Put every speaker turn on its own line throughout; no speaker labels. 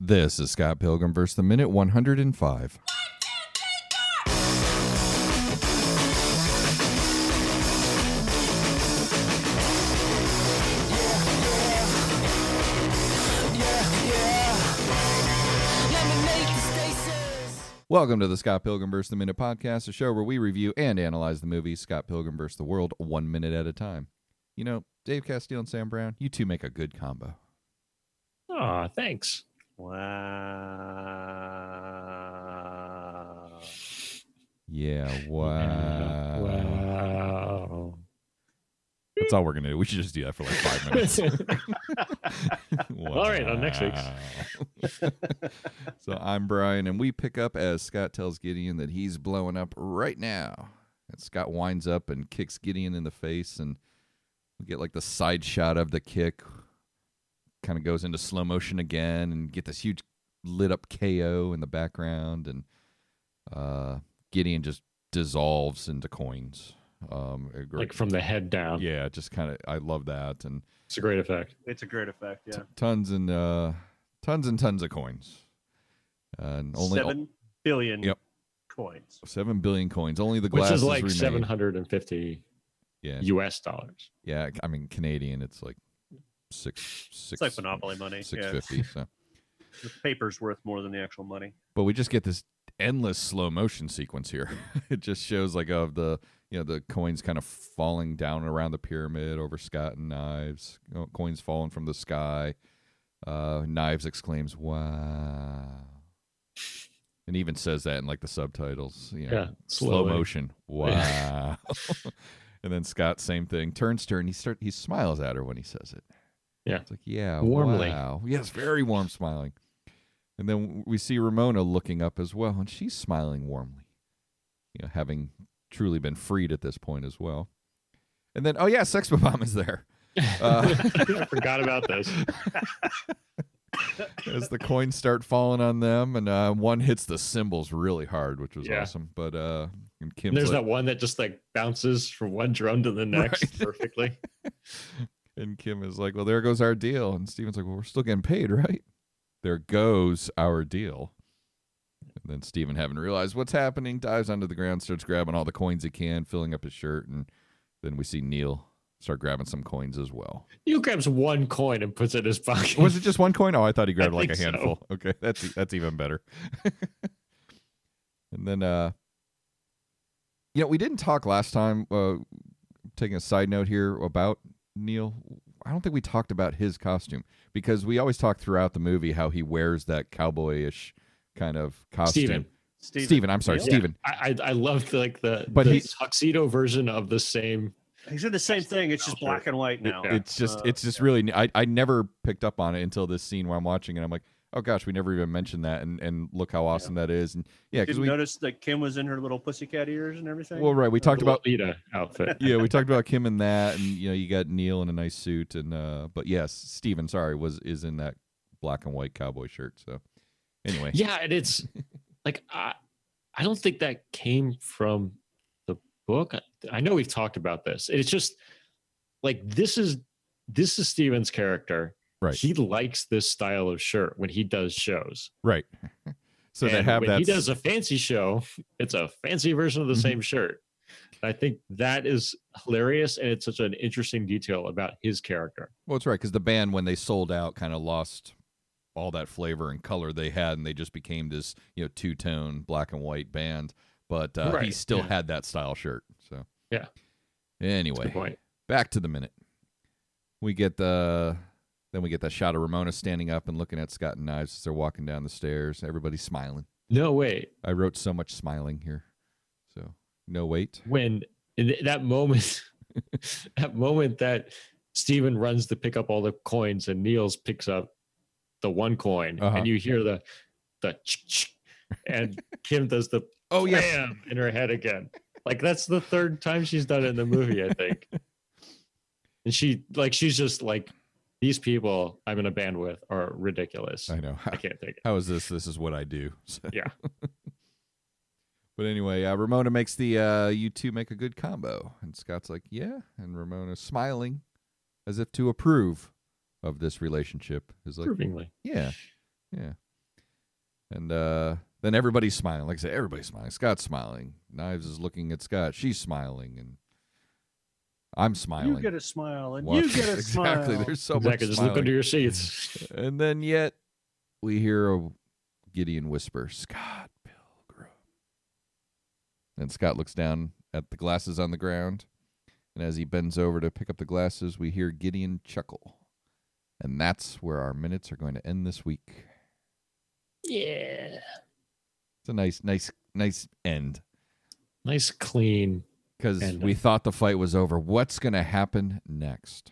This is Scott Pilgrim versus the Minute 105. Welcome to the Scott Pilgrim versus the Minute podcast, a show where we review and analyze the movie Scott Pilgrim versus the World one minute at a time. You know, Dave Castile and Sam Brown, you two make a good combo.
Oh, thanks.
Wow.
Yeah, wow.
Wow.
That's all we're going to do. We should just do that for like five minutes.
All right, on next week's.
Wow. so I'm Brian, and we pick up as Scott tells Gideon that he's blowing up right now. And Scott winds up and kicks Gideon in the face, and we get like the side shot of the kick. Kind of goes into slow motion again, and get this huge lit up KO in the background, and uh, Gideon just dissolves into coins. Um, a great-
Like from the head down.
yeah, just kind of I love that, and
It's a great effect.
It's a great effect, yeah.
t- tons and uh, tons and tons of coins, and only
Seven billion
Yep.
coins.
seven billion coins. Only the
Which
glasses
is like
remain.
750
Yeah,
US dollars.
yeah. I mean Canadian, it's like six
It's
six
like monopoly money.
six
yeah.
fifty. So,
The paper's worth more than the actual money.
but we just get this endless slow motion sequence here. it just shows like of the you know the coins kind of falling down around the pyramid over Scott and knives. You know, coins falling from the sky. Uh, Knives exclaims, "Wow!" and even says that in like the subtitles. You know,
Yeah,
slow
slowly.
motion. Wow! and then Scott, same thing. Turns to her and he start he smiles at her when he says it.
Yeah.
it's like yeah,
Warmly.
Wow. Yes, very warm smiling. And then we see Ramona looking up as well, and she's smiling warmly, you know, having truly been freed at this point as well. And then, oh yeah, Sex Bomb is there. Uh,
I forgot about this.
as the coins start falling on them, and uh, one hits the cymbals really hard, which was
Yeah.
awesome. But uh, and Kim's
And there's
like,
that one that just like bounces from one drum to the next
Right.
perfectly.
and Kim is like, "Well, there goes our deal," and Steven's like, "Well, we're still getting paid, right?" There goes our deal. And then Steven, having realized what's happening, dives onto the ground, starts grabbing all the coins he can, filling up his shirt, and then we see Neil start grabbing some coins as well.
Neil grabs one coin and puts it in his pocket.
Was it just one coin? Oh, I thought he grabbed
I
like a
think so.
handful. Okay, that's e, that's even better. and then, uh, yeah, we didn't talk last time. Uh, taking a side note here about Neil, I don't think we talked about his costume because we always talk throughout the movie how he wears that cowboyish kind of costume.
Steven.
Steven,
Steven, I'm sorry,
Neil?
Steven.
I, I I love the, like the,
But
the
he-
tuxedo version of the same.
He's in the same thing. It's just black and white now.
It's just,
Uh,
it's just
yeah.
really. I, I never picked up on it until this scene where I'm watching, and I'm like, oh gosh, we never even mentioned that, and and look how awesome that is, and yeah, because
Didn't
we
notice that Kim was in her little pussycat ears and everything.
Well, right. We talked
the
about
Lolita outfit.
yeah, we talked about Kim and that, and you know, you got Neil in a nice suit, and uh, but yes, Steven, sorry, was is in that black and white cowboy shirt. So anyway,
Yeah, and it's like I, I don't think that came from the book. I, I know we've talked about this. It's just like this is this is Steven's character.
Right.
He likes this style of shirt when he does shows.
right. so they
And
have
when
that.
he does a fancy show, it's a fancy version of the
Mhm.
same shirt. And I think that is hilarious and it's such an interesting detail about his character.
well, it's right because the band when they sold out kind of lost all that flavor and color they had, and they just became this you know two tone black and white band. But uh, he
Right,
still
yeah.
had that style shirt. So
Yeah. That's a
Anyway,
good point.
back to the minute. We get the then we get that shot of Ramona standing up and looking at Scott and Knives as they're walking down the stairs. Everybody's smiling.
No, wait.
I wrote so much smiling here. So no wait.
when in th- that moment that moment that Steven runs to pick up all the coins and Niels picks up the one coin
Uh-huh.
and you hear the the ch-ch, and Kim does the
Oh yes.
bam in her head again. Like that's the third time she's done it in the movie, I think. and she like she's just like these people I'm in a band with are ridiculous.
I know.
I can't take it.
How is this? This is what I do. So-
Yeah.
but anyway, uh, Ramona makes the uh, you two make a good combo, and Scott's like, yeah, and Ramona smiling, as if to approve of this relationship, is like,
Provingly.
yeah, yeah. And uh, then everybody's smiling. Like I said, everybody's smiling. Scott's smiling. Knives is looking at Scott. She's smiling, and I'm smiling.
You get a smile, and
Watch
you get a
this.
smile.
Exactly. There's so
exactly.
much
Just
smiling.
look under your seats.
And then yet we hear a Gideon whisper, Scott Pilgrim. And Scott looks down at the glasses on the ground. And as he bends over to pick up the glasses, we hear Gideon chuckle. And that's where our minutes are going to end this week.
yeah.
It's a nice, nice, nice end.
Nice, clean.
Because
End
we
of-
thought the fight was over. What's going to happen next?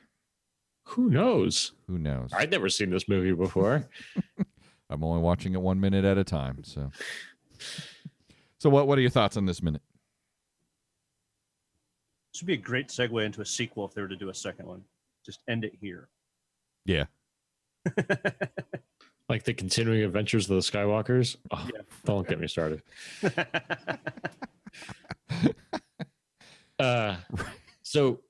Who knows?
Who knows?
I'd never seen this movie before.
I'm only watching it one minute at a time. So, so what? What are your thoughts on this minute?
This would be a great segue into a sequel if they were to do a second one. Just end it here.
Yeah,
like the continuing adventures of the Skywalkers. Oh,
Yeah.
Don't get me started. Uh,
Right.
so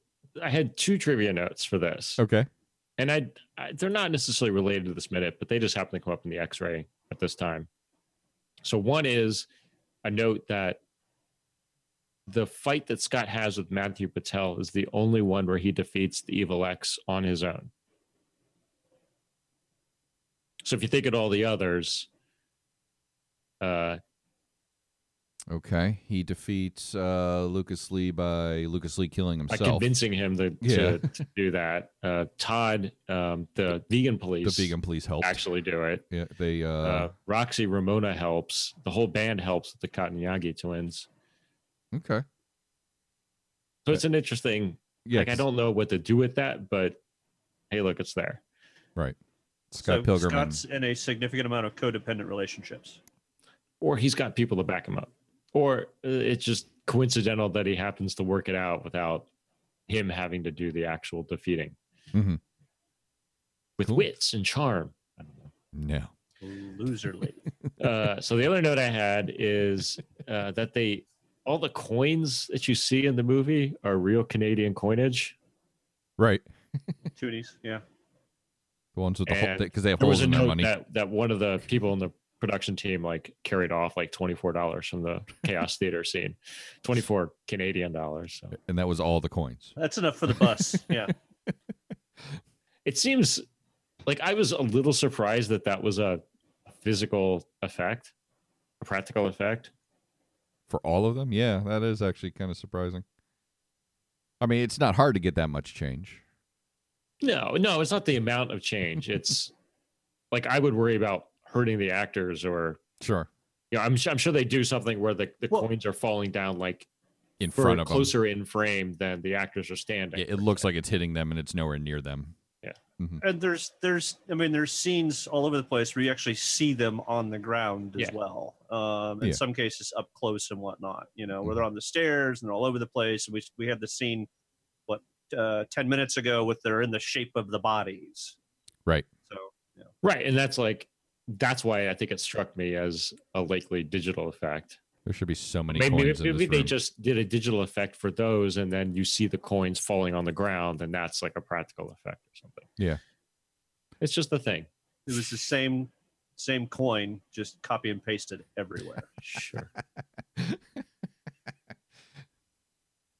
I had two trivia notes for this,
Okay.
and I, I they're not necessarily related to this minute, but they just happen to come up in the X-ray at this time. So one is a note that the fight that Scott has with Matthew Patel is the only one where he defeats the evil X on his own. So if you think at all the others, uh,
Okay. He defeats uh, Lucas Lee by Lucas Lee killing
by
himself.
convincing him to,
Yeah.
to, to do that. Uh, Todd, um, the vegan
the
police,
vegan police helped.
actually do it.
yeah, they. Uh,
Uh, Roxy Ramona helps. The whole band helps with the Katanyagi twins.
okay.
So it's an interesting.
Yeah.
Like I don't know what to do with that, but hey, look, it's there.
Scott
So
Pilgrim. and-
Scott's in a significant amount of codependent relationships.
Or he's got people to back him up. Or uh, it's just coincidental that he happens to work it out without him having to do the actual defeating
Mhm.
with
Cool.
wits and charm. I don't know.
no.
Loserly.
Uh, so the other note I had is uh, that they all the coins that you see in the movie are real Canadian coinage.
Right.
Toonies. Yeah.
The ones with the
And
because they have
There was
holes
a
in their
note
money.
that that one of the people in the production team like carried off like twenty four dollars from the Chaos Theater scene, twenty four Canadian dollars. So
and that was all the coins.
That's enough for the bus. Yeah.
it seems like I was a little surprised that that was a physical effect, a practical effect.
For all of them? Yeah, that is actually kind of surprising. I mean, it's not hard to get that much change.
No, no, it's not the amount of change. It's like I would worry about hurting the actors or
Sure.
you know, I'm su- I'm sure they do something where the, the
Well-
coins are falling down like
In
for
front of them.
closer in frame than the actors are standing.
Yeah, it looks like it's hitting them and it's nowhere near them.
And there's there's I mean there's scenes all over the place where you actually see them on the ground as
Yeah.
well. Um, in
Yeah.
some cases up close and whatnot. You know where they're on the stairs and they're all over the place. And we we had the scene what uh, ten minutes ago with they're in the shape of the bodies.
Right.
So
Right, and that's like that's why I think it struck me as a likely digital effect.
There should be so many
Maybe,
coins
maybe,
in this
they
room.
just did a digital effect for those, and then you see the coins falling on the ground, and that's like a practical effect or something.
Yeah.
it's just the thing.
it was the same same coin just copy and pasted everywhere.
Sure.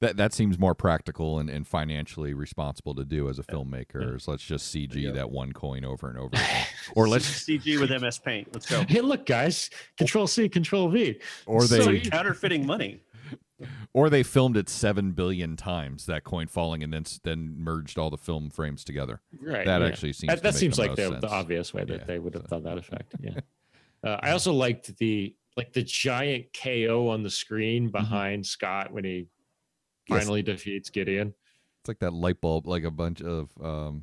that that seems more practical and, and financially responsible to do as a filmmaker.
Yeah.
Is let's just CG
Yeah.
that one coin over and over, again. or let's
CG with MS Paint. Let's
Oh.
go.
hey, look, guys, Control C, Control V.
or
So
they
you-
Counterfeiting money.
or they filmed it seven billion times that coin falling and then s- then merged all the film frames together.
Right.
that
yeah.
actually seems
that,
to
that
make
seems
the
like
most
the,
sense.
the obvious way that
Yeah,
they would have
so-
done that effect. Yeah. Uh, I also liked the like the giant KO on the screen behind Scott when he
Mm-hmm. Yes.
finally defeats Gideon.
It's like that light bulb, like a bunch of um,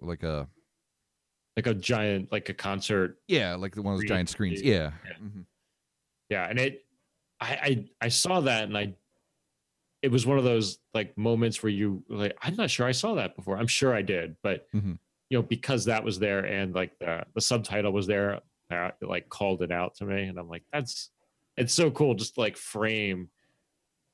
like a
Like a giant, like a concert.
yeah, like the one of those
Screen.
giant screens. Yeah,
Yeah.
Mhm.
Yeah. And it I I, I saw that and I it was one of those like moments where you were like I'm not sure I saw that before. I'm sure I did, but
Mhm.
you know, because that was there and like the, the subtitle was there, uh, it, like called it out to me. And I'm like, that's it's so cool just to, like frame,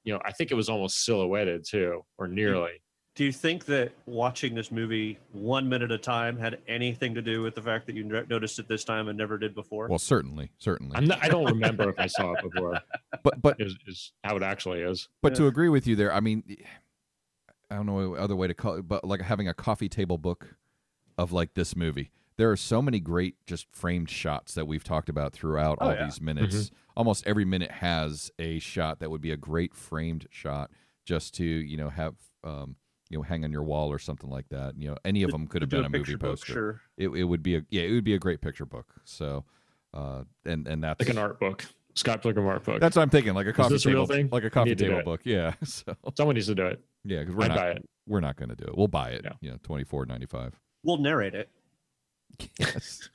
you know, I think it was almost silhouetted too, or nearly.
Do you think that watching this movie one minute at a time had anything to do with the fact that you n- noticed it this time and never did before?
Well, certainly, certainly.
I'm not, I don't remember if I saw it before.
but but
Is, is how it actually is.
but
Yeah.
to agree with you there, I mean, I don't know other way to call it, but like having a coffee table book of like this movie. There are so many great just framed shots that we've talked about throughout
Oh,
all
yeah.
these minutes. Almost every minute has a shot that would be a great framed shot just to you know have um, you know hang on your wall or something like that. You know, any of them could have
Do
been
a
a movie
picture book,
poster.
sure.
It, it would be a yeah, it would be a great picture book. So, uh, and and that's
Like an art book. Scott Pilgrim art book.
that's what I'm thinking, like a coffee
this a real
table,
thing?
like a
We
coffee
need to do
table
it.
book. Yeah. So
Someone needs to do it.
yeah, because we're
I'd
not
buy it.
we're not going to do it. We'll buy it.
No.
You know, twenty four ninety five.
We'll narrate it.
Yes.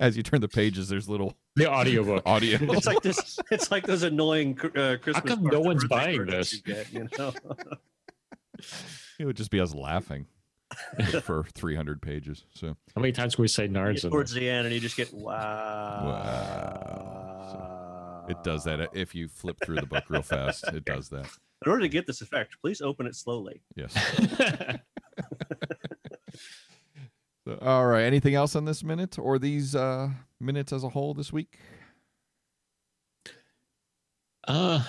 As you turn the pages, there's little
The audiobook.
audio.
It's like this. It's like those annoying cr- uh, Christmas.
come
cards
no
or
one's
birthday
buying
cards that
this?
you get, you know?
it would just be us laughing for three hundred pages. So
How many times can we say
You
nards
get
in
towards
this?
the end, and you just get wow.
Wow. it does
Ah.
that if you flip through the book real fast. It does that.
In order to get this effect, please open it slowly.
Yes. So, all right. Anything else on this minute or these uh, minutes as a whole this week?
uh,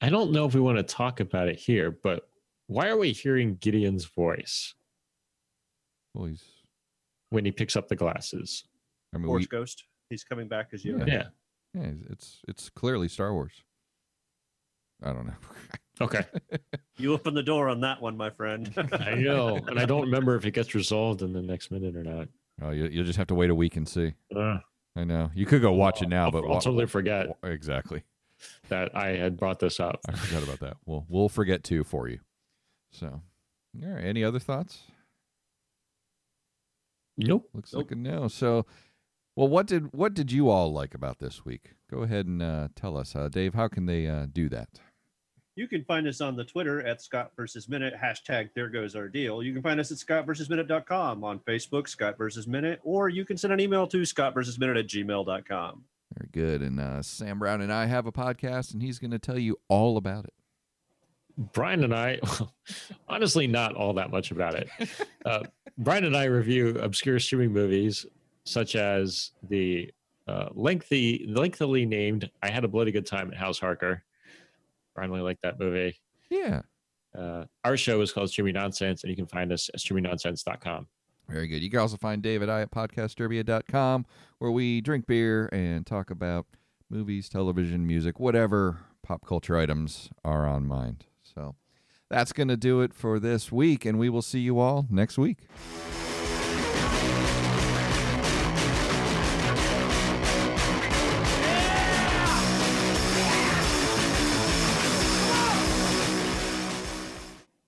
I don't know if we want to talk about it here, but why are we hearing Gideon's voice
Well, he's.
when he picks up the glasses?
I mean,
Forge
we,
Ghost. He's coming back as you.
Yeah.
Yeah.
yeah, it's it's clearly Star Wars. I don't know.
Okay.
You open the door on that one, my friend.
I know. And I don't remember if it gets resolved in the next minute or not.
Oh, you, you'll just have to wait a week and see.
Uh,
I know. You could go watch it now,
I'll,
but
I'll
wa-
totally forget
wa- exactly.
that I had brought this up.
I forgot about that. We'll we'll forget too for you. So, all right. Any other thoughts?
Nope.
Looks
Nope.
like a no. So, well, what did what did you all like about this week? Go ahead and uh, tell us, uh, Dave. How can they uh, do that?
You can find us on the Twitter at Scott versus Minute, hashtag there goes our deal. You can find us at Scott versus Minute.com on Facebook, Scott versus Minute, or you can send an email to Scott versus Minute at gmail.com.
Very good. And uh, Sam Brown and I have a podcast, and he's going to tell you all about it.
Brian and I, honestly, not all that much about it. Uh, Brian and I review obscure streaming movies such as the uh, lengthy, lengthily named "I Had a Bloody Good Time at House Harker." Brian really liked that movie.
Yeah.
Uh, our show is called Streaming Nonsense, and you can find us at streamingnonsense.com.
Very good. You can also find Dave and I at podcastderbia.com where we drink beer and talk about movies, television, music, whatever pop culture items are on mind. So that's going to do it for this week, and we will see you all next week.